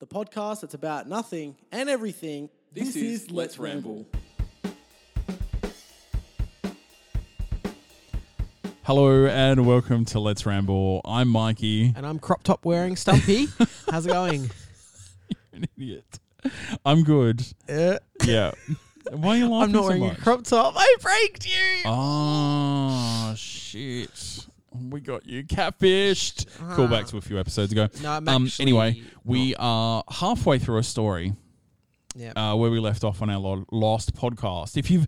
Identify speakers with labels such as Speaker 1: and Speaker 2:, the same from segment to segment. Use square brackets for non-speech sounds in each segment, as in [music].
Speaker 1: the podcast that's about nothing and everything.
Speaker 2: This is Let's Ramble.
Speaker 3: Hello and welcome to Let's Ramble. I'm Mikey.
Speaker 4: and I'm crop top wearing
Speaker 3: [laughs]
Speaker 4: Stumpy. How's it going?
Speaker 3: You're an idiot. I'm good. Yeah. Why are Uh, you laughing
Speaker 4: I'm not
Speaker 3: so
Speaker 4: wearing
Speaker 3: much?
Speaker 4: a crop top. I pranked you.
Speaker 3: Oh shit. We got you catfished. Callback to a few episodes ago.
Speaker 4: Uh-huh. No, I'm
Speaker 3: um,
Speaker 4: actually
Speaker 3: anyway, we are halfway through a story
Speaker 4: Yeah.
Speaker 3: uh, where we left off on our lo- last podcast. If you've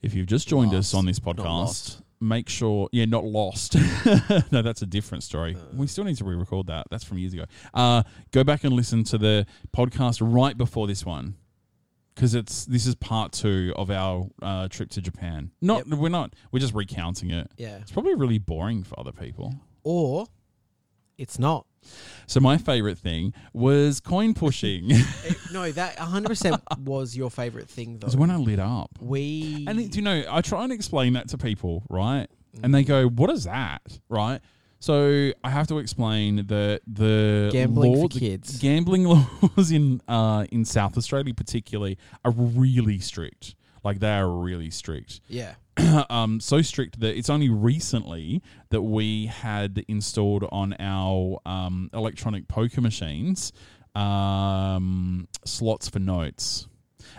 Speaker 3: if you've just joined
Speaker 4: Lost,
Speaker 3: us on this
Speaker 4: not
Speaker 3: podcast,
Speaker 4: lost.
Speaker 3: make sure yeah, not lost. [laughs] no, that's a different story.
Speaker 4: Uh.
Speaker 3: we still need to re-record that. That's from years ago. Uh, go back and listen to the podcast right before this one because it's this is part two of our uh, trip to Japan. Not we're not we're just recounting it.
Speaker 4: yeah.
Speaker 3: It's probably really boring for other people.
Speaker 4: Or it's not.
Speaker 3: So my favorite thing was
Speaker 4: [laughs]
Speaker 3: coin pushing.
Speaker 4: no, that [laughs] 100% was your favorite thing
Speaker 3: It's
Speaker 4: though.
Speaker 3: when I lit up.
Speaker 4: We
Speaker 3: And it- do you know, I try and explain that to people, right?
Speaker 4: Mm.
Speaker 3: And they go, "What is that?" Right? So I have to explain that the
Speaker 4: Gambling for
Speaker 3: law- the
Speaker 4: kids.
Speaker 3: gambling [laughs] laws in uh, in South Australia, particularly, are really strict. Like they are really strict.
Speaker 4: yeah.
Speaker 3: [clears throat] um, so strict that it's only recently that we had installed on our um, electronic poker machines um, slots for notes.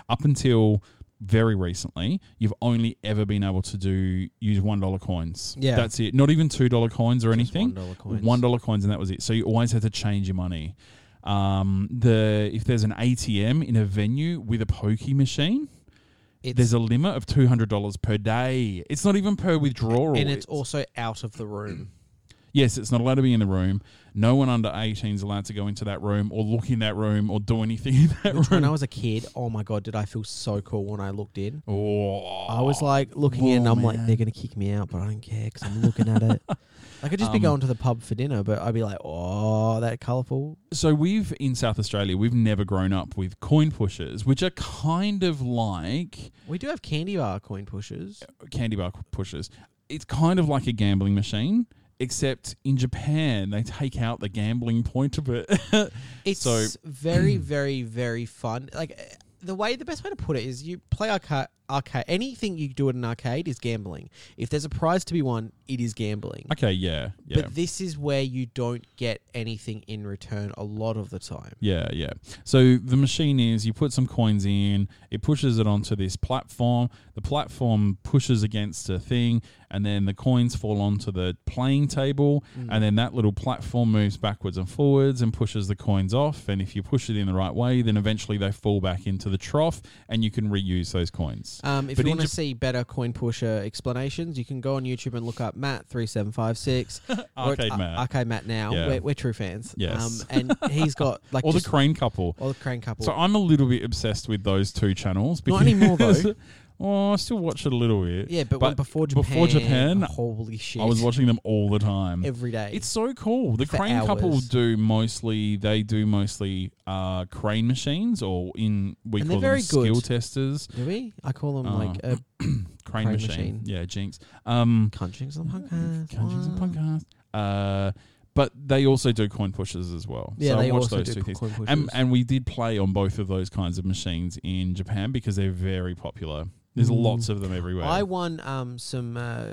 Speaker 3: Up until very recently, you've only ever been able to do use one dollar coins.
Speaker 4: Yeah.
Speaker 3: that's it. Not even two dollar coins or anything.
Speaker 4: $1 coins.
Speaker 3: One dollar coins, and that was it. So you always had to change your money. Um, the if there's an ATM in a venue with a pokey machine,
Speaker 4: It's
Speaker 3: there's a limit of two hundred dollars per day. It's not even per withdrawal.
Speaker 4: and it's also out of the
Speaker 3: [clears throat]
Speaker 4: room.
Speaker 3: yes, it's not allowed to be in the room. No one under eighteen is allowed to go into that room or look in that room or do anything in that
Speaker 4: Which when
Speaker 3: room.
Speaker 4: I was a kid, oh my god, did I feel so cool when I looked in?
Speaker 3: oh,
Speaker 4: I was like looking in, and
Speaker 3: Whoa,
Speaker 4: I'm like,
Speaker 3: man.
Speaker 4: they're gonna kick me out, but I don't care because I'm looking at
Speaker 3: [laughs]
Speaker 4: it. I could just
Speaker 3: Um,
Speaker 4: be going to the pub for dinner, but I'd be like, oh, that colourful.
Speaker 3: so we've in South Australia, we've never grown up with coin pushers, which are kind of like
Speaker 4: We do have candy bar coin pushers.
Speaker 3: candy bar pushers. It's kind of like a gambling machine, except in Japan they take out the gambling point of it. [laughs]
Speaker 4: It's
Speaker 3: So- [clears throat]
Speaker 4: very, very, very fun. Like eh, the way, the best way to put it is, you play arcade. Arcade. Anything you do at an arcade is gambling. If there's a prize to be won, it is gambling.
Speaker 3: okay, yeah, yeah.
Speaker 4: But this is where you don't get anything in return a lot of the time.
Speaker 3: Yeah, yeah. So the machine is you put some coins in, it pushes it onto this platform. The platform pushes against a thing, and then the coins fall onto the playing table,
Speaker 4: Mm.
Speaker 3: and then that little platform moves backwards and forwards and pushes the coins off. And if you push it in the right way, then eventually they fall back into the trough, and you can reuse those coins.
Speaker 4: Um, if
Speaker 3: But
Speaker 4: you
Speaker 3: in
Speaker 4: want to
Speaker 3: Jap-
Speaker 4: see better coin pusher explanations, you can go on YouTube and look up Matt three seven five six
Speaker 3: [laughs]
Speaker 4: uh,
Speaker 3: Arcade Matt.
Speaker 4: Arcade Matt now.
Speaker 3: Yeah.
Speaker 4: We're, we're true fans.
Speaker 3: Yes.
Speaker 4: Um, and he's
Speaker 3: [laughs]
Speaker 4: got like
Speaker 3: or the
Speaker 4: just,
Speaker 3: crane couple.
Speaker 4: or the crane couple.
Speaker 3: So I'm a little bit obsessed with those two channels.
Speaker 4: Not anymore, though.
Speaker 3: because- [laughs] Oh, I still watch it a little bit.
Speaker 4: yeah, but, when before Japan,
Speaker 3: before Japan,
Speaker 4: holy shit!
Speaker 3: I was watching them all the time.
Speaker 4: every day.
Speaker 3: It's so cool. The
Speaker 4: For
Speaker 3: crane couple
Speaker 4: hours.
Speaker 3: do mostly. They do mostly uh, crane machines, or in we
Speaker 4: And
Speaker 3: call
Speaker 4: they're
Speaker 3: them
Speaker 4: very
Speaker 3: skill
Speaker 4: good.
Speaker 3: testers.
Speaker 4: do we? I call them like
Speaker 3: Uh,
Speaker 4: a
Speaker 3: Crane,
Speaker 4: Crane
Speaker 3: machine.
Speaker 4: machine.
Speaker 3: yeah, jinx. Um,
Speaker 4: Cunchings and Punkas.
Speaker 3: Dungeons and
Speaker 4: Wow.
Speaker 3: Podcast. Uh, but they also do coin pushes as well.
Speaker 4: Yeah,
Speaker 3: so
Speaker 4: they
Speaker 3: I watch
Speaker 4: also
Speaker 3: those
Speaker 4: do
Speaker 3: two things.
Speaker 4: coin pushes.
Speaker 3: And, and we did play on both of those kinds of machines in Japan because they're very popular. There's lots of them everywhere.
Speaker 4: Mm. I won um, some uh,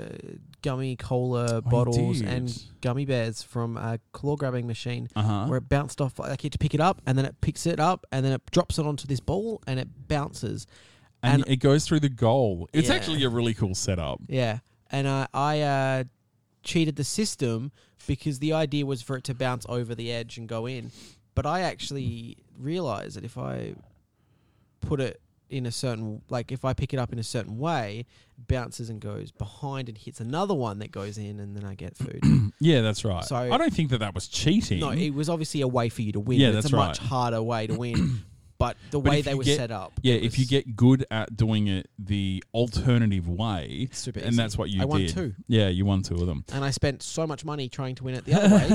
Speaker 4: gummy cola bottles
Speaker 3: did.
Speaker 4: and gummy bears from a claw grabbing machine
Speaker 3: Uh-huh.
Speaker 4: where it bounced off. Like you had to pick it up, and then it picks it up, and then it drops it onto this ball, and it bounces.
Speaker 3: and, it goes through the goal. It's
Speaker 4: Yeah.
Speaker 3: actually a really cool setup.
Speaker 4: Yeah, and I I uh, cheated the system because the idea was for it to bounce over the edge and go in, but I actually realized that if I put it in a certain like if I pick it up in a certain way, it bounces and goes behind and hits another one that goes in, and then I get food.
Speaker 3: [clears throat] Yeah, that's right.
Speaker 4: So-
Speaker 3: I don't think that that was cheating.
Speaker 4: no, it was obviously a way for you to win.
Speaker 3: Yeah,
Speaker 4: but
Speaker 3: that's
Speaker 4: it's a much
Speaker 3: right.
Speaker 4: harder way to
Speaker 3: [clears throat]
Speaker 4: win. But the
Speaker 3: But
Speaker 4: way
Speaker 3: if
Speaker 4: they
Speaker 3: you
Speaker 4: were
Speaker 3: get-
Speaker 4: set up,
Speaker 3: Yeah,
Speaker 4: it
Speaker 3: if you
Speaker 4: was-
Speaker 3: get good at doing it the alternative way,
Speaker 4: It's super
Speaker 3: and
Speaker 4: easy.
Speaker 3: that's what you
Speaker 4: I won
Speaker 3: did.
Speaker 4: two.
Speaker 3: Yeah, you won two of them,
Speaker 4: and I spent so much money trying
Speaker 3: [laughs]
Speaker 4: to win it the other way,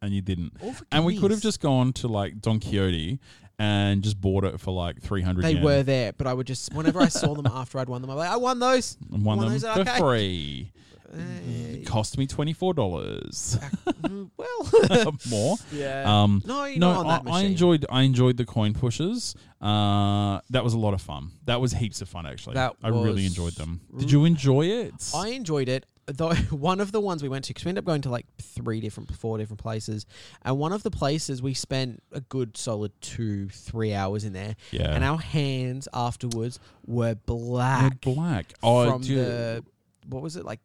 Speaker 3: and you didn't.
Speaker 4: All for
Speaker 3: And we could have
Speaker 4: guineas.
Speaker 3: just gone to like Don Quixote and just bought it for like 300
Speaker 4: They
Speaker 3: yen
Speaker 4: were there, but I would just whenever I saw them [laughs] after I'd won them, I'm like, I won those.
Speaker 3: and won,
Speaker 4: Won
Speaker 3: them
Speaker 4: those
Speaker 3: for
Speaker 4: arcade. [laughs]
Speaker 3: free. It
Speaker 4: Hey.
Speaker 3: cost
Speaker 4: [laughs]
Speaker 3: me $24
Speaker 4: Mm, well,
Speaker 3: [laughs]
Speaker 4: [laughs]
Speaker 3: more.
Speaker 4: yeah.
Speaker 3: Um,
Speaker 4: no, you're
Speaker 3: no,
Speaker 4: not on
Speaker 3: I,
Speaker 4: that
Speaker 3: I
Speaker 4: machine.
Speaker 3: enjoyed I enjoyed the coin pushes. Uh, that was a lot of fun. That was heaps of fun actually.
Speaker 4: That
Speaker 3: I really
Speaker 4: was
Speaker 3: enjoyed them. Did you enjoy it?
Speaker 4: I enjoyed it. Though [laughs] one of the ones we went to, because we ended up going to like three different, four different places, and one of the places we spent a good solid two, three hours in there,
Speaker 3: yeah.
Speaker 4: and our hands afterwards were
Speaker 3: They're
Speaker 4: black
Speaker 3: black. Oh,
Speaker 4: from
Speaker 3: dude.
Speaker 4: the what was it like?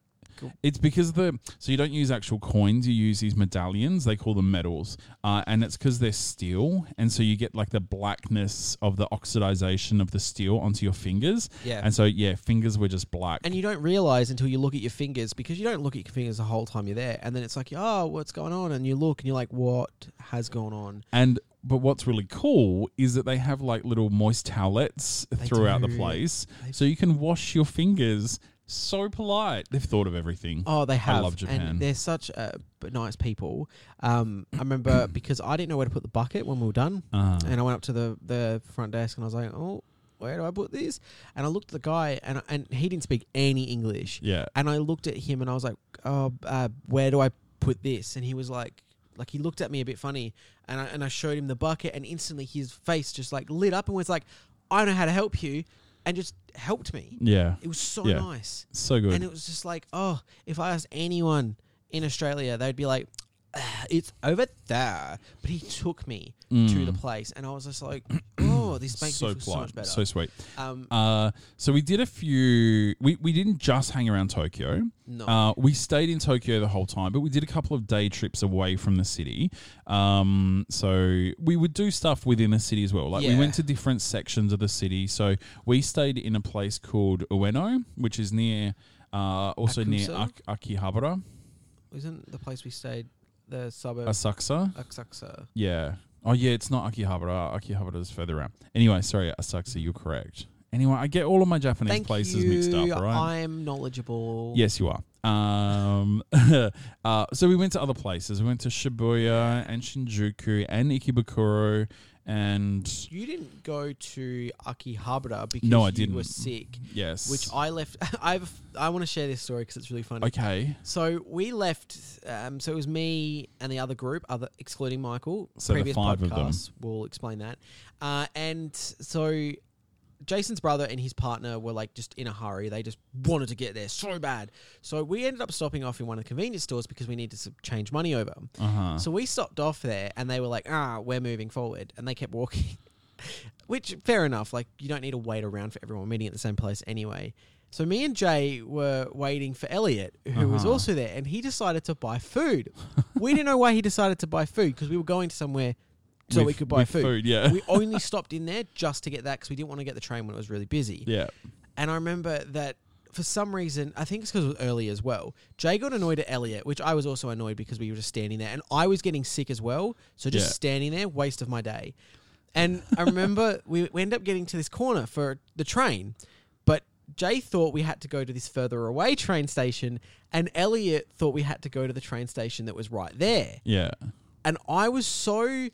Speaker 3: It's because the so you don't use actual coins, you use these medallions. They call them medals, uh, and it's because they're steel, and so you get like the blackness of the oxidization of the steel onto your fingers.
Speaker 4: Yeah.
Speaker 3: and so yeah, fingers were just black.
Speaker 4: And you don't realize until you look at your fingers because you don't look at your fingers the whole time you're there, and then it's like, oh, what's going on? And you look and you're like, what has gone on?
Speaker 3: And but what's really cool is that they have like little moist towelettes throughout the
Speaker 4: do.
Speaker 3: place, so you can wash your fingers. So polite. They've thought of everything.
Speaker 4: Oh, they have.
Speaker 3: love Japan.
Speaker 4: And they're such uh, b- nice people. Um, I
Speaker 3: [coughs]
Speaker 4: remember because I didn't know where to put the bucket when we were done,
Speaker 3: Uh,
Speaker 4: and I went up to the, the front desk and I was like, oh, where do I put this? And I looked at the guy, and and he didn't speak any English.
Speaker 3: yeah.
Speaker 4: And I looked at him and I was like, oh, uh, where do I put this? And he was like, like he looked at me a bit funny, and I and I showed him the bucket, and instantly his face just like lit up and was like, I know how to help you, and just helped me.
Speaker 3: Yeah.
Speaker 4: It was so
Speaker 3: Yeah.
Speaker 4: nice.
Speaker 3: So good.
Speaker 4: And it was just like, oh, if I asked anyone in Australia, they'd be like, "Ah, it's over there. But he took me to the place, and I was just
Speaker 3: [clears throat]
Speaker 4: like, oh, this makes me feel so much better.
Speaker 3: Mm. So sweet.
Speaker 4: um,
Speaker 3: Uh, so we did a few. We, we didn't just hang around Tokyo.
Speaker 4: No.
Speaker 3: Uh, we stayed in Tokyo the whole time, but we did a couple of day trips away from the city. Um, so we would do stuff within the city as well. Like we
Speaker 4: Yeah.
Speaker 3: went to different sections of the city. So we stayed in a place called Ueno, which is near, uh, also near
Speaker 4: Akusa?
Speaker 3: Ak- Akihabara,
Speaker 4: isn't the place we stayed the suburb
Speaker 3: Asakusa.
Speaker 4: Aksakusa?
Speaker 3: Yeah. Oh yeah, it's not Akihabara. Akihabara's further out. Anyway, sorry, Asakusa, you're correct. Anyway, I get all of my Japanese
Speaker 4: Thank
Speaker 3: places
Speaker 4: you.
Speaker 3: mixed up, all right?
Speaker 4: I'm knowledgeable.
Speaker 3: Yes, you are. Um, [laughs] uh, so we went to other places. We went to Shibuya and Shinjuku and Ikebukuro and
Speaker 4: You didn't go to Akihabara because
Speaker 3: No, I
Speaker 4: you were
Speaker 3: didn't.
Speaker 4: sick,
Speaker 3: yes,
Speaker 4: which I left. [laughs] I've I want to share this story because it's really funny.
Speaker 3: okay.
Speaker 4: So we left. Um, so it was me and the other group, other excluding Michael.
Speaker 3: So the
Speaker 4: previous
Speaker 3: five of them.
Speaker 4: podcasts, We'll explain that. Uh, and so Jason's brother and his partner were like just in a hurry. They just wanted to get there so bad. So we ended up stopping off in one of the convenience stores because we needed to s- change money over.
Speaker 3: Uh huh.
Speaker 4: So we stopped off there and they were like, ah, we're moving forward. And they kept walking, [laughs] which fair enough. Like, you don't need to wait around for everyone meeting at the same place anyway. So me and Jay were waiting for Elliot, who was
Speaker 3: Uh-huh.
Speaker 4: also there, and he decided to buy food. we didn't know why he decided to buy food because we were going to somewhere so we could buy food.
Speaker 3: Yeah.
Speaker 4: we only stopped in there just to get that because we didn't want to get the train when it was really busy.
Speaker 3: [laughs] yeah.
Speaker 4: And I remember that for some reason, I think it's because it was early as well. Jay got annoyed at Elliot, which I was also annoyed because we were just standing there, and I was getting sick as well. So just
Speaker 3: Yeah.
Speaker 4: standing there, waste of my day. And I remember we, we ended up getting to this corner for the train, but Jay thought we had to go to this further away train station, and Elliot thought we had to go to the train station that was right there
Speaker 3: Yeah.
Speaker 4: and I was so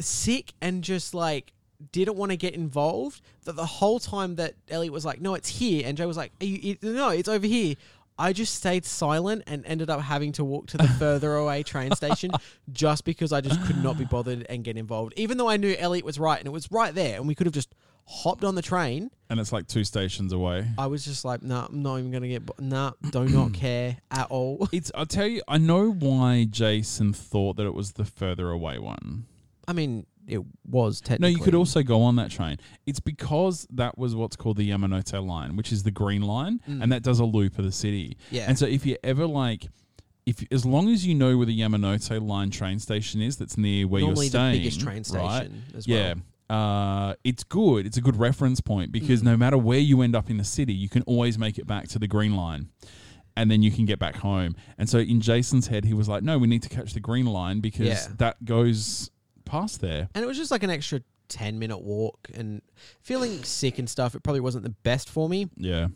Speaker 4: sick and just like didn't want to get involved that the whole time that Elliot was like, "No, it's here," and Jay was like, Are you, it, "No, it's over here." I just stayed silent and ended up having to walk to the
Speaker 3: [laughs]
Speaker 4: further away train station just because I just could not be bothered and get involved, even though I knew Elliot was right and it was right there, and we could have just hopped on the train.
Speaker 3: And it's like two stations away.
Speaker 4: I was just like, "No, nah, I'm not even gonna get. Bo- nah, do
Speaker 3: [clears throat]
Speaker 4: not care at all." [laughs]
Speaker 3: It's. I'll tell you. I know why Jason thought that it was the further away one.
Speaker 4: I mean, it was
Speaker 3: No,
Speaker 4: technically.
Speaker 3: you could also go on that train. It's because that was what's called the Yamanote line, which is the green line,
Speaker 4: Mm.
Speaker 3: and that does a loop of the city.
Speaker 4: Yeah.
Speaker 3: And so if you ever like, if as long as you know where the Yamanote line train station is, that's near where
Speaker 4: Normally
Speaker 3: you're
Speaker 4: the
Speaker 3: staying,
Speaker 4: biggest train
Speaker 3: right?
Speaker 4: station as
Speaker 3: yeah.
Speaker 4: well.
Speaker 3: Uh, it's good. It's a good reference point
Speaker 4: Hmm.
Speaker 3: because no matter where you end up in the city, you can always make it back to the green line and then you can get back home. And so in Jason's head, he was like, no, we need to catch the green line because
Speaker 4: Yeah.
Speaker 3: that goes past there.
Speaker 4: and it was just like an extra 10 minute walk and feeling sick and stuff it probably wasn't the best for me
Speaker 3: Yeah.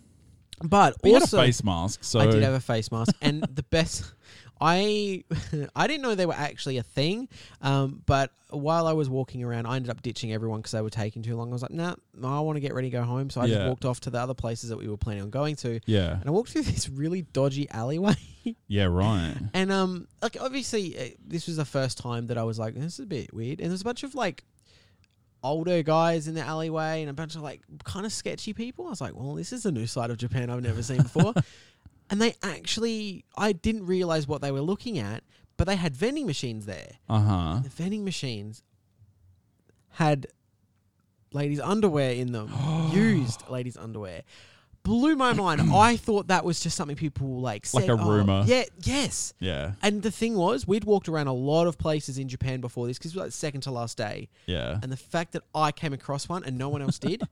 Speaker 4: but
Speaker 3: But you had a
Speaker 4: also
Speaker 3: face mask, so [laughs]
Speaker 4: i did have a face mask and the best I [laughs] I didn't know they were actually a thing, um, but while I was walking around, I ended up ditching everyone because they were taking too long. I was like, nah, I want to get ready to go home. So I
Speaker 3: Yeah.
Speaker 4: just walked off to the other places that we were planning on going to.
Speaker 3: Yeah.
Speaker 4: And I walked through [laughs] this really dodgy alleyway. [laughs]
Speaker 3: Yeah, right.
Speaker 4: And um, like obviously, uh, this was the first time that I was like, "This is a bit weird." And there's a bunch of like older guys in the alleyway and a bunch of like kind of sketchy people. I was like, "Well, this is a new side of Japan I've never seen
Speaker 3: [laughs]
Speaker 4: before." and they actually, I didn't realize what they were looking at, but they had vending machines there.
Speaker 3: Uh huh.
Speaker 4: The vending machines had ladies' underwear in
Speaker 3: [gasps]
Speaker 4: them, used ladies' underwear. Blew my
Speaker 3: [clears throat]
Speaker 4: mind. I thought that was just something people like
Speaker 3: Like
Speaker 4: said,
Speaker 3: a
Speaker 4: "Oh,
Speaker 3: rumor."
Speaker 4: yeah, yes.
Speaker 3: Yeah.
Speaker 4: And the thing was, we'd walked around a lot of places in Japan before this because it was like second to last day.
Speaker 3: Yeah.
Speaker 4: And the fact that I came across one and no one else
Speaker 3: [laughs]
Speaker 4: did,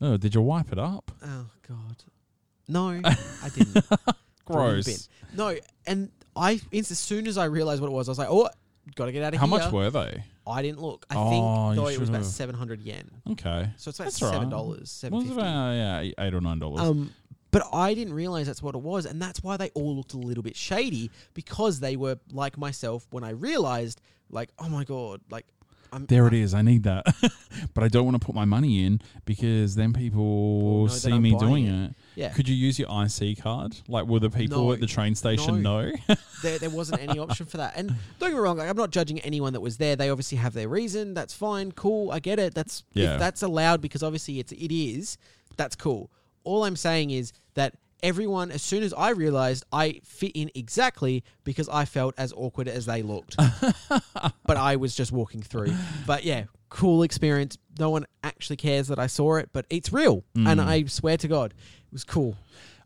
Speaker 3: Oh, did you wipe it up?
Speaker 4: oh god,
Speaker 3: [laughs]
Speaker 4: no, I didn't. Probably been.
Speaker 3: Gross.
Speaker 4: No, and I as soon as I realized what it was, I was like, oh, gotta get out of
Speaker 3: How
Speaker 4: here.
Speaker 3: much were they?
Speaker 4: I didn't look. I
Speaker 3: Oh, you
Speaker 4: think though it was about
Speaker 3: should've.
Speaker 4: seven hundred yen,
Speaker 3: Okay.
Speaker 4: so it's about
Speaker 3: That's all right.
Speaker 4: seven dollars, seven
Speaker 3: What was it
Speaker 4: fifty.
Speaker 3: about yeah, eight eight or nine dollars.
Speaker 4: Um, but I didn't realize that's what it was, and that's why they all looked a little bit shady because they were like myself when I realized, like, oh my god, like I'm
Speaker 3: there it is. I need that, [laughs] but I don't want to put my money in because then people
Speaker 4: know that
Speaker 3: see
Speaker 4: I'm
Speaker 3: me
Speaker 4: buying
Speaker 3: doing
Speaker 4: it.
Speaker 3: it.
Speaker 4: Yeah.
Speaker 3: Could you use your IC card? Like, will the people
Speaker 4: No.
Speaker 3: at the train station
Speaker 4: No.
Speaker 3: know?
Speaker 4: [laughs]
Speaker 3: [laughs]
Speaker 4: there, there wasn't any option for that. And don't get me wrong, like, I'm not judging anyone that was there. They obviously have their reason. That's fine, cool. I get it. That's
Speaker 3: Yeah.
Speaker 4: if that's allowed because obviously it's it is. That's cool. All I'm saying is that everyone, as soon as I realized, I fit in exactly because I felt as awkward as they
Speaker 3: [laughs]
Speaker 4: looked. but I was just walking through. But yeah, cool experience. No one actually cares that I saw it, but it's real, and
Speaker 3: Mm.
Speaker 4: I swear to God, it was cool.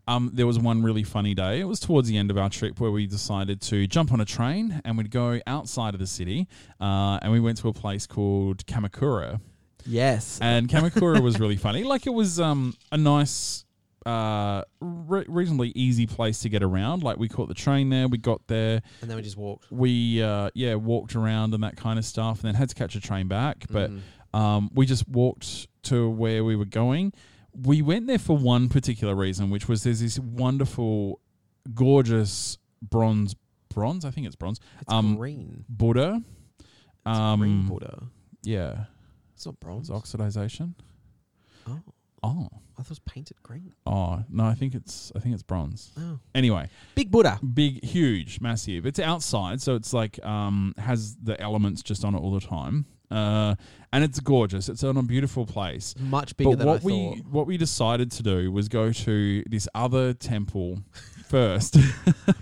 Speaker 3: Um, there was one really funny day. It was towards the end of our trip where we decided to jump on a train and we'd go outside of the city, uh, and we went to a place called Kamakura.
Speaker 4: Yes.
Speaker 3: and Kamakura was really funny. Like it was um, a nice, uh, re- reasonably easy place to get around. Like we caught the train there, we got there,
Speaker 4: And then we just walked.
Speaker 3: we uh, yeah walked around and that kind of stuff, and then had to catch a train back. But
Speaker 4: Mm-hmm.
Speaker 3: um, we just walked to where we were going. We went there for one particular reason, which was there's this wonderful, gorgeous bronze bronze. I think it's bronze.
Speaker 4: It's
Speaker 3: um,
Speaker 4: green.
Speaker 3: Buddha. Um,
Speaker 4: green border.
Speaker 3: Yeah,
Speaker 4: It's not bronze.
Speaker 3: it's oxidization.
Speaker 4: Oh,
Speaker 3: Oh.
Speaker 4: I thought it was painted green.
Speaker 3: Oh no, I think it's I think it's bronze.
Speaker 4: Oh.
Speaker 3: Anyway,
Speaker 4: Big Buddha.
Speaker 3: [laughs] big, huge, massive. It's outside, so it's like um has the elements just on it all the time. Uh, and it's gorgeous. It's on a beautiful place.
Speaker 4: Much bigger
Speaker 3: but
Speaker 4: than
Speaker 3: what
Speaker 4: I
Speaker 3: we
Speaker 4: thought.
Speaker 3: what we decided to do was go to this other temple [laughs] first.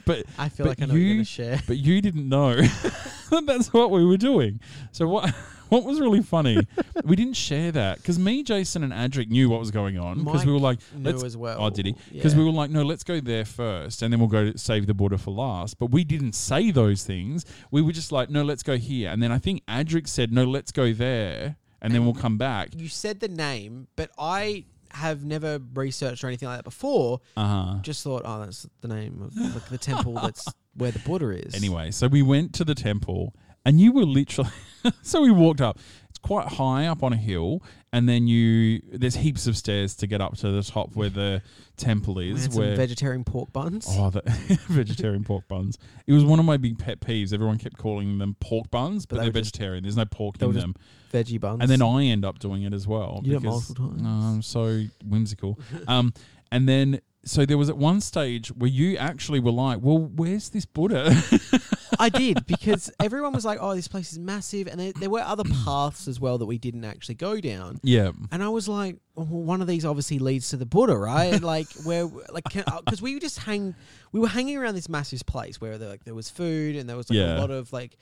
Speaker 3: but
Speaker 4: I feel
Speaker 3: but
Speaker 4: like I know what you're
Speaker 3: you-
Speaker 4: going to share. [laughs]
Speaker 3: but you didn't know [laughs] that that's what we were doing. So what [laughs] what was really funny, we didn't share that because me, Jason, and Adric knew what was going on because we were like,
Speaker 4: Mike knew
Speaker 3: let's,
Speaker 4: as well,
Speaker 3: Oh, did he? Because we
Speaker 4: yeah.
Speaker 3: were like, no, let's go there first, and then we'll go to save the border for last. But we didn't say those things. We were just like, no, let's go here, and then I think Adric said, no, let's go there, and then we'll come back.
Speaker 4: You said the name, but I have never researched or anything like that before.
Speaker 3: Uh huh.
Speaker 4: Just thought, oh, that's the name of like, the
Speaker 3: [laughs]
Speaker 4: temple that's where the Buddha is.
Speaker 3: Anyway, so we went to the temple, and you were literally. [laughs] so we walked up. It's quite high up on a hill, and then you there's heaps of stairs to get up to the top where the temple
Speaker 4: we
Speaker 3: is.
Speaker 4: had some
Speaker 3: where
Speaker 4: vegetarian pork buns.
Speaker 3: oh, the [laughs] vegetarian pork buns. It was one of my big pet peeves. Everyone kept calling them pork buns, but,
Speaker 4: they
Speaker 3: they're
Speaker 4: were just-
Speaker 3: vegetarian. there's no pork
Speaker 4: they
Speaker 3: in
Speaker 4: were just
Speaker 3: them,
Speaker 4: Veggie buns.
Speaker 3: and then I end up doing it as well.
Speaker 4: You do it
Speaker 3: because-
Speaker 4: multiple times.
Speaker 3: No, I'm so whimsical. Um, and then. So there was at one stage where you actually were like, "Well, where's this Buddha?" [laughs]
Speaker 4: I did because everyone was like, oh, this place is massive. And there, there were other paths as well that we didn't actually go down.
Speaker 3: yeah,
Speaker 4: And I was like, "Oh, well, one of these obviously leads to the Buddha,
Speaker 3: [laughs]
Speaker 4: right? like where, like, because we just hang, we were hanging around this massive place where there, like there was food and there was like a
Speaker 3: Yeah.
Speaker 4: lot of like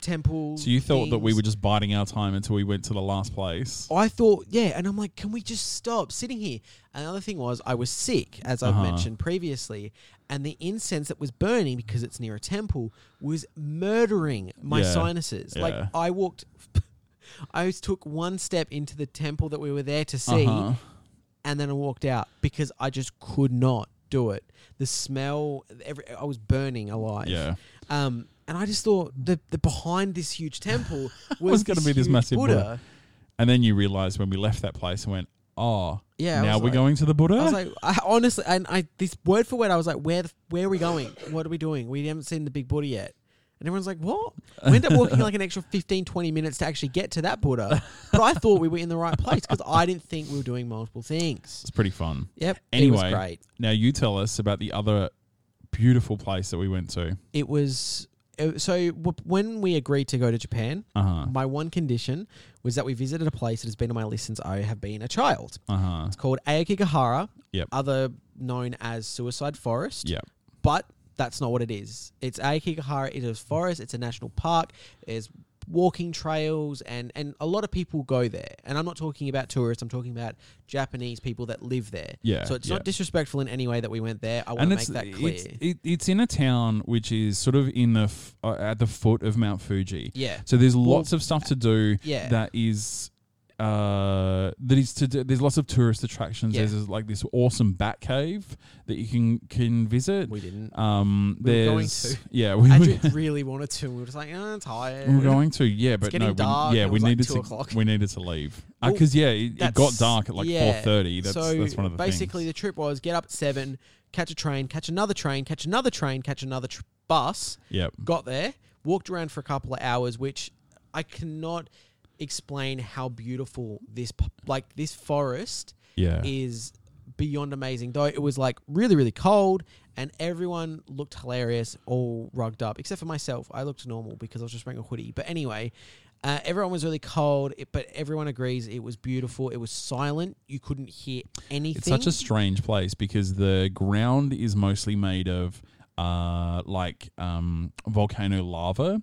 Speaker 4: temples.
Speaker 3: So you thought that we
Speaker 4: things.
Speaker 3: were just biding our time until we went to the last place.
Speaker 4: I thought, yeah, and I'm like, can we just stop sitting here? And the other thing was, I was sick, as
Speaker 3: Uh-huh.
Speaker 4: I've mentioned previously, and the incense that was burning because it's near a temple was murdering my
Speaker 3: Yeah,
Speaker 4: sinuses.
Speaker 3: yeah.
Speaker 4: Like I walked, [laughs] I just took one step into the temple that we were there to see,
Speaker 3: Uh-huh.
Speaker 4: and then I walked out because I just could not do it. The smell, every, I was burning alive.
Speaker 3: Yeah.
Speaker 4: Um, and I just thought the, the behind this
Speaker 3: [laughs]
Speaker 4: huge temple was,
Speaker 3: Was gonna be this
Speaker 4: huge
Speaker 3: massive
Speaker 4: Buddha.
Speaker 3: Buddha. And then you realized when we left that place and went, oh,
Speaker 4: Yeah, I
Speaker 3: now
Speaker 4: was
Speaker 3: we're
Speaker 4: like-
Speaker 3: going to the Buddha.
Speaker 4: I was like, I, honestly, and I this word for word, I was like, where the, where are we going? What are we doing? We haven't seen the big Buddha yet. And everyone's like, what? We end up walking like an extra 15, 20 minutes to actually get to that Buddha. But I thought we were in the right place because I didn't think we were doing multiple things.
Speaker 3: it's pretty fun.
Speaker 4: Yep.
Speaker 3: Anyway,
Speaker 4: It was great.
Speaker 3: now you tell us about the other beautiful place that we went to.
Speaker 4: It was. it- So w- when we agreed to go to Japan,
Speaker 3: Uh huh.
Speaker 4: my one condition was that we visited a place that has been on my list since I have been a child.
Speaker 3: Uh huh.
Speaker 4: It's called Aokigahara,
Speaker 3: Yep.
Speaker 4: other known as Suicide Forest.
Speaker 3: Yep.
Speaker 4: but that's not what it is. It's Aokigahara. It is forest. It's a national park. There's walking trails, and and a lot of people go there. And I'm not talking about tourists. I'm talking about Japanese people that live there.
Speaker 3: Yeah,
Speaker 4: So it's
Speaker 3: yeah.
Speaker 4: not disrespectful in any way that we went there. I want
Speaker 3: And
Speaker 4: to
Speaker 3: it's
Speaker 4: make that clear.
Speaker 3: it's, it, it's in a town which is sort of in the f- uh, at the foot of Mount Fuji.
Speaker 4: yeah.
Speaker 3: So there's lots of stuff to do
Speaker 4: yeah.
Speaker 3: that is uh that is to do, there's lots of tourist attractions.
Speaker 4: Yeah.
Speaker 3: There's this, like this awesome bat cave that you can can visit.
Speaker 4: We
Speaker 3: [laughs]
Speaker 4: didn't.
Speaker 3: um
Speaker 4: We were
Speaker 3: there's
Speaker 4: going to.
Speaker 3: yeah, [laughs] we
Speaker 4: Andrew
Speaker 3: were,
Speaker 4: really wanted to. and We were just like, oh, I'm tired.
Speaker 3: we were going to yeah, but
Speaker 4: getting
Speaker 3: no,
Speaker 4: dark,
Speaker 3: we, yeah,
Speaker 4: it
Speaker 3: we
Speaker 4: was like
Speaker 3: needed
Speaker 4: 2
Speaker 3: to
Speaker 4: o'clock.
Speaker 3: we needed to leave
Speaker 4: Well,
Speaker 3: because yeah, it, it got
Speaker 4: That's-
Speaker 3: dark at like
Speaker 4: yeah.
Speaker 3: four thirty. That's
Speaker 4: so
Speaker 3: that's one of the
Speaker 4: basically
Speaker 3: things.
Speaker 4: the trip was get up at seven, catch a train, catch another train, catch another train, catch another tr- bus.
Speaker 3: yeah,
Speaker 4: Got there, walked around for a couple of hours, which I cannot explain how beautiful this p- like this forest
Speaker 3: yeah,
Speaker 4: is beyond amazing. Though it was like really really cold and everyone looked hilarious, all rugged up except for myself. I looked normal because I was just wearing a hoodie. But anyway. Uh, everyone was really cold, it, but everyone agrees it was beautiful. It was silent; you couldn't hear anything.
Speaker 3: It's such a strange place because the ground is mostly made of uh, like um, volcano lava,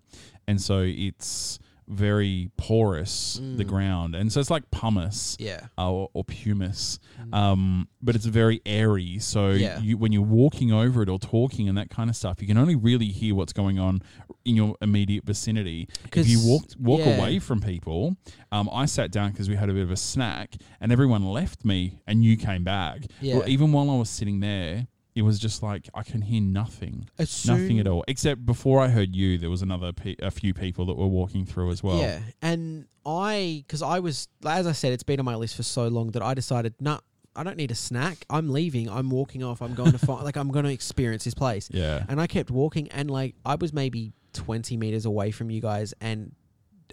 Speaker 3: and so it's very porous the
Speaker 4: Mm.
Speaker 3: ground, and so it's like pumice
Speaker 4: yeah,
Speaker 3: uh, or, or pumice, um, but it's very airy. So
Speaker 4: Mm. Yeah.
Speaker 3: you, when you're walking over it or talking and that kind of stuff, you can only really hear what's going on in your immediate vicinity. If you
Speaker 4: 'Cause-
Speaker 3: walk walk
Speaker 4: yeah.
Speaker 3: away from people, um, I sat down because we had a bit of a snack, and everyone left me, and you came back.
Speaker 4: Yeah.
Speaker 3: But even while I was sitting there. It was just like I can hear nothing,
Speaker 4: As
Speaker 3: nothing
Speaker 4: soon-
Speaker 3: at all. Except before I heard you, there was another pe- a few people that were walking through as well.
Speaker 4: Yeah, and I because I was as I said, it's been on my list for so long that I decided, nah, I don't need a snack. I'm leaving. I'm walking off. I'm going to find like I'm going to experience this place.
Speaker 3: yeah,
Speaker 4: And I kept walking, and like I was maybe twenty meters away from you guys, and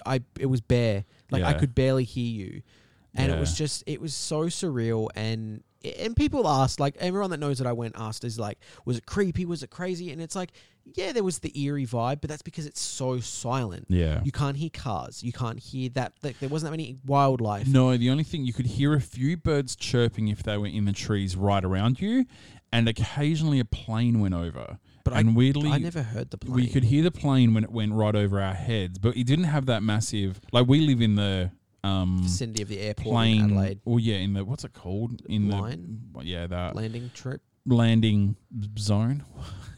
Speaker 4: I it was bare. Like I
Speaker 3: Yeah.
Speaker 4: could barely hear you, and it
Speaker 3: Yeah.
Speaker 4: was just it was so surreal and. And people asked, like everyone that knows that I went asked, is like, was it creepy? Was it crazy? And it's like, yeah, there was the eerie vibe, but that's because it's so silent.
Speaker 3: yeah.
Speaker 4: You can't hear cars. You can't hear that. Like, there wasn't that many wildlife.
Speaker 3: No, the only thing you could hear a few birds chirping if they were in the trees right around you, and occasionally a plane went over.
Speaker 4: But
Speaker 3: and weirdly,
Speaker 4: I never heard the plane.
Speaker 3: we could hear the plane when it went right over our heads, but it didn't have that massive. Like we live in the um
Speaker 4: vicinity of the airport
Speaker 3: plane.
Speaker 4: in Adelaide
Speaker 3: Oh yeah, in the what's it called? In
Speaker 4: Line?
Speaker 3: the yeah that
Speaker 4: landing trip.
Speaker 3: landing zone.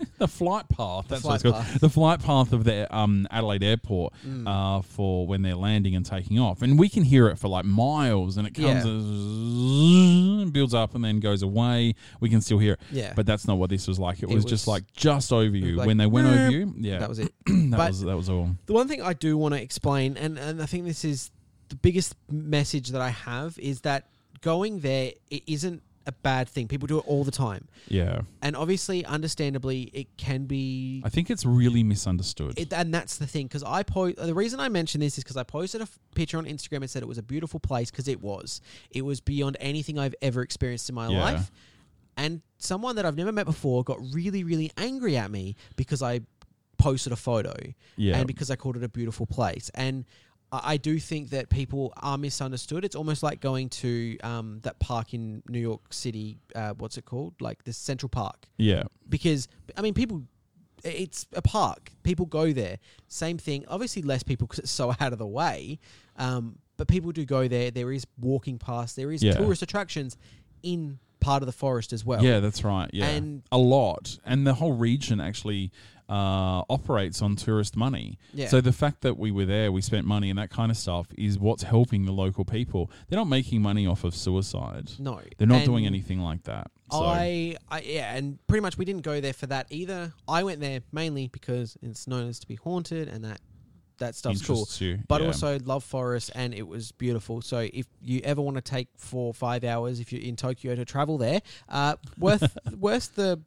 Speaker 3: [laughs] the flight path. That's what it's
Speaker 4: flight
Speaker 3: called.
Speaker 4: path. Mm.
Speaker 3: The flight path of the um, Adelaide airport uh, for when they're landing and taking off. And we can hear it for like miles and it comes
Speaker 4: Yeah.
Speaker 3: and [laughs] and builds up and then goes away. We can still hear it.
Speaker 4: Yeah.
Speaker 3: But that's not what this was like. It,
Speaker 4: It
Speaker 3: was, just
Speaker 4: was-
Speaker 3: like just over you.
Speaker 4: like,
Speaker 3: when they went over
Speaker 4: "Meow."
Speaker 3: you. Yeah.
Speaker 4: That was it.
Speaker 3: [clears throat]
Speaker 4: [clears throat]
Speaker 3: that
Speaker 4: but-
Speaker 3: was that was all.
Speaker 4: The one thing I do want to explain, and, and I think this is the biggest message that I have, is that going there it isn't a bad thing. People do it all the time.
Speaker 3: Yeah.
Speaker 4: And obviously, understandably, it can be
Speaker 3: I think it's really misunderstood.
Speaker 4: It, and that's the thing because I po- the reason I mention this is because I posted a f- picture on Instagram and said it was a beautiful place because it was. It was beyond anything I've ever experienced in my
Speaker 3: Yeah.
Speaker 4: life. And someone that I've never met before got really, really angry at me because I posted a photo
Speaker 3: yeah.
Speaker 4: and because I called it a beautiful place. And I, I do think that people are misunderstood. It's almost like going to um, that park in New York City. Uh, what's it called? Like the Central Park
Speaker 3: yeah.
Speaker 4: because I mean people. It's a park. People go there. Same thing. Obviously, less people because it's so [laughs] out of the way. Um, but people do go there. There is walking past. There is
Speaker 3: Yeah.
Speaker 4: tourist attractions in part of the forest as well.
Speaker 3: Yeah, that's right. Yeah,
Speaker 4: And-
Speaker 3: a lot, and the whole region actually uh, operates on tourist money.
Speaker 4: Yeah.
Speaker 3: So the fact that we were there, we spent money, and that kind of stuff is what's helping the local people. They're not making money off of suicide.
Speaker 4: No,
Speaker 3: They're not
Speaker 4: And
Speaker 3: doing anything like that. So
Speaker 4: I, I yeah, and pretty much we didn't go there for that either. I went there mainly because it's known as to be haunted, and that that stuff's cool.
Speaker 3: Interests you,
Speaker 4: But
Speaker 3: yeah.
Speaker 4: also love forests and it was beautiful. So if you ever want to take four or five hours if you're in Tokyo to travel there,
Speaker 3: [laughs]
Speaker 4: uh, worth worth the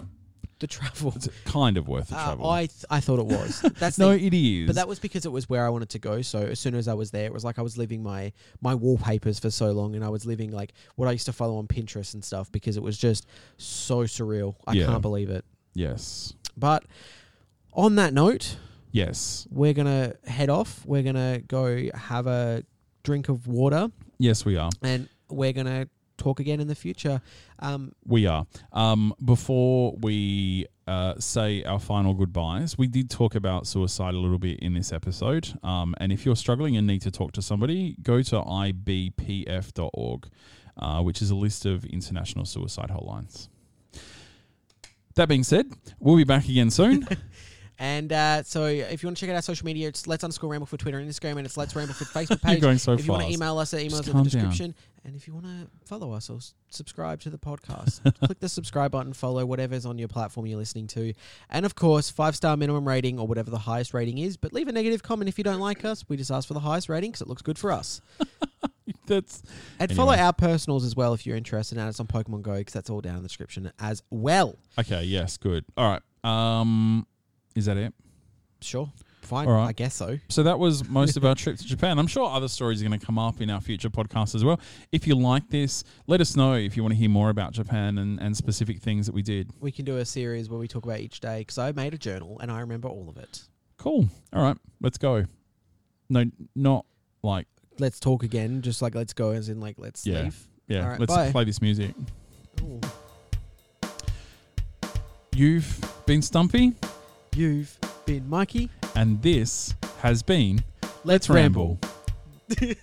Speaker 4: the travel.
Speaker 3: It's kind of worth the
Speaker 4: Uh,
Speaker 3: trouble.
Speaker 4: I th- I thought it
Speaker 3: [laughs]
Speaker 4: was. That's
Speaker 3: no,
Speaker 4: the,
Speaker 3: it is.
Speaker 4: but that was because it was where I wanted to go. So as soon as I was there, it was like I was living my my wallpapers for so long, and I was living like what I used to follow on Pinterest and stuff because it was just so surreal. I
Speaker 3: Yeah.
Speaker 4: can't believe it.
Speaker 3: yes,
Speaker 4: But on that note,
Speaker 3: yes,
Speaker 4: we're gonna head off. We're gonna go have a drink of water,
Speaker 3: yes. We are.
Speaker 4: and we're gonna talk again in the future. Um,
Speaker 3: We are. Um, before we uh, say our final goodbyes, we did talk about suicide a little bit in this episode. Um, and if you're struggling and need to talk to somebody, go to ibpf.org, uh, which is a list of international suicide hotlines. That being said, we'll be back
Speaker 4: [laughs]
Speaker 3: again soon.
Speaker 4: And uh, so if you want to check out our social media, it's Let's Underscore Ramble for Twitter and Instagram, and it's Let's
Speaker 3: [laughs]
Speaker 4: Ramble for Facebook
Speaker 3: You're
Speaker 4: page.
Speaker 3: going so
Speaker 4: if you want to
Speaker 3: fast.
Speaker 4: email us, our
Speaker 3: Just
Speaker 4: email's in
Speaker 3: calm
Speaker 4: the
Speaker 3: down.
Speaker 4: description. And if you want to follow us or s- subscribe to the
Speaker 3: [laughs]
Speaker 4: podcast, click the subscribe button, follow whatever's on your platform you're listening to. And of course, five star minimum rating or whatever the highest rating is. But leave a negative comment if you don't like us. We just ask for the highest rating because it looks good for us.
Speaker 3: That's
Speaker 4: And
Speaker 3: Anyway.
Speaker 4: follow our personals as well if you're interested. And it's on Pokemon Go because that's all down in the description as well.
Speaker 3: okay. Yes, good. All right. Um, is that it?
Speaker 4: Sure. Fine.
Speaker 3: All right.
Speaker 4: I guess so.
Speaker 3: So that was most of our trip to Japan. I'm sure other stories are going to come up in our future podcasts as well. If you like this, let us know if you want to hear more about Japan and, and specific things that we did.
Speaker 4: we can do a series where we talk about each day because I made a journal and I remember all of it.
Speaker 3: Cool. All right, let's go. No, not like
Speaker 4: Let's talk again, just like let's go, as in like let's
Speaker 3: Yeah.
Speaker 4: leave.
Speaker 3: yeah.
Speaker 4: All right,
Speaker 3: let's
Speaker 4: bye.
Speaker 3: play this music.
Speaker 4: Ooh.
Speaker 3: You've been Stumpy,
Speaker 4: You've been Mikey.
Speaker 3: and this has been
Speaker 4: Let's
Speaker 3: Ramble.
Speaker 4: ramble.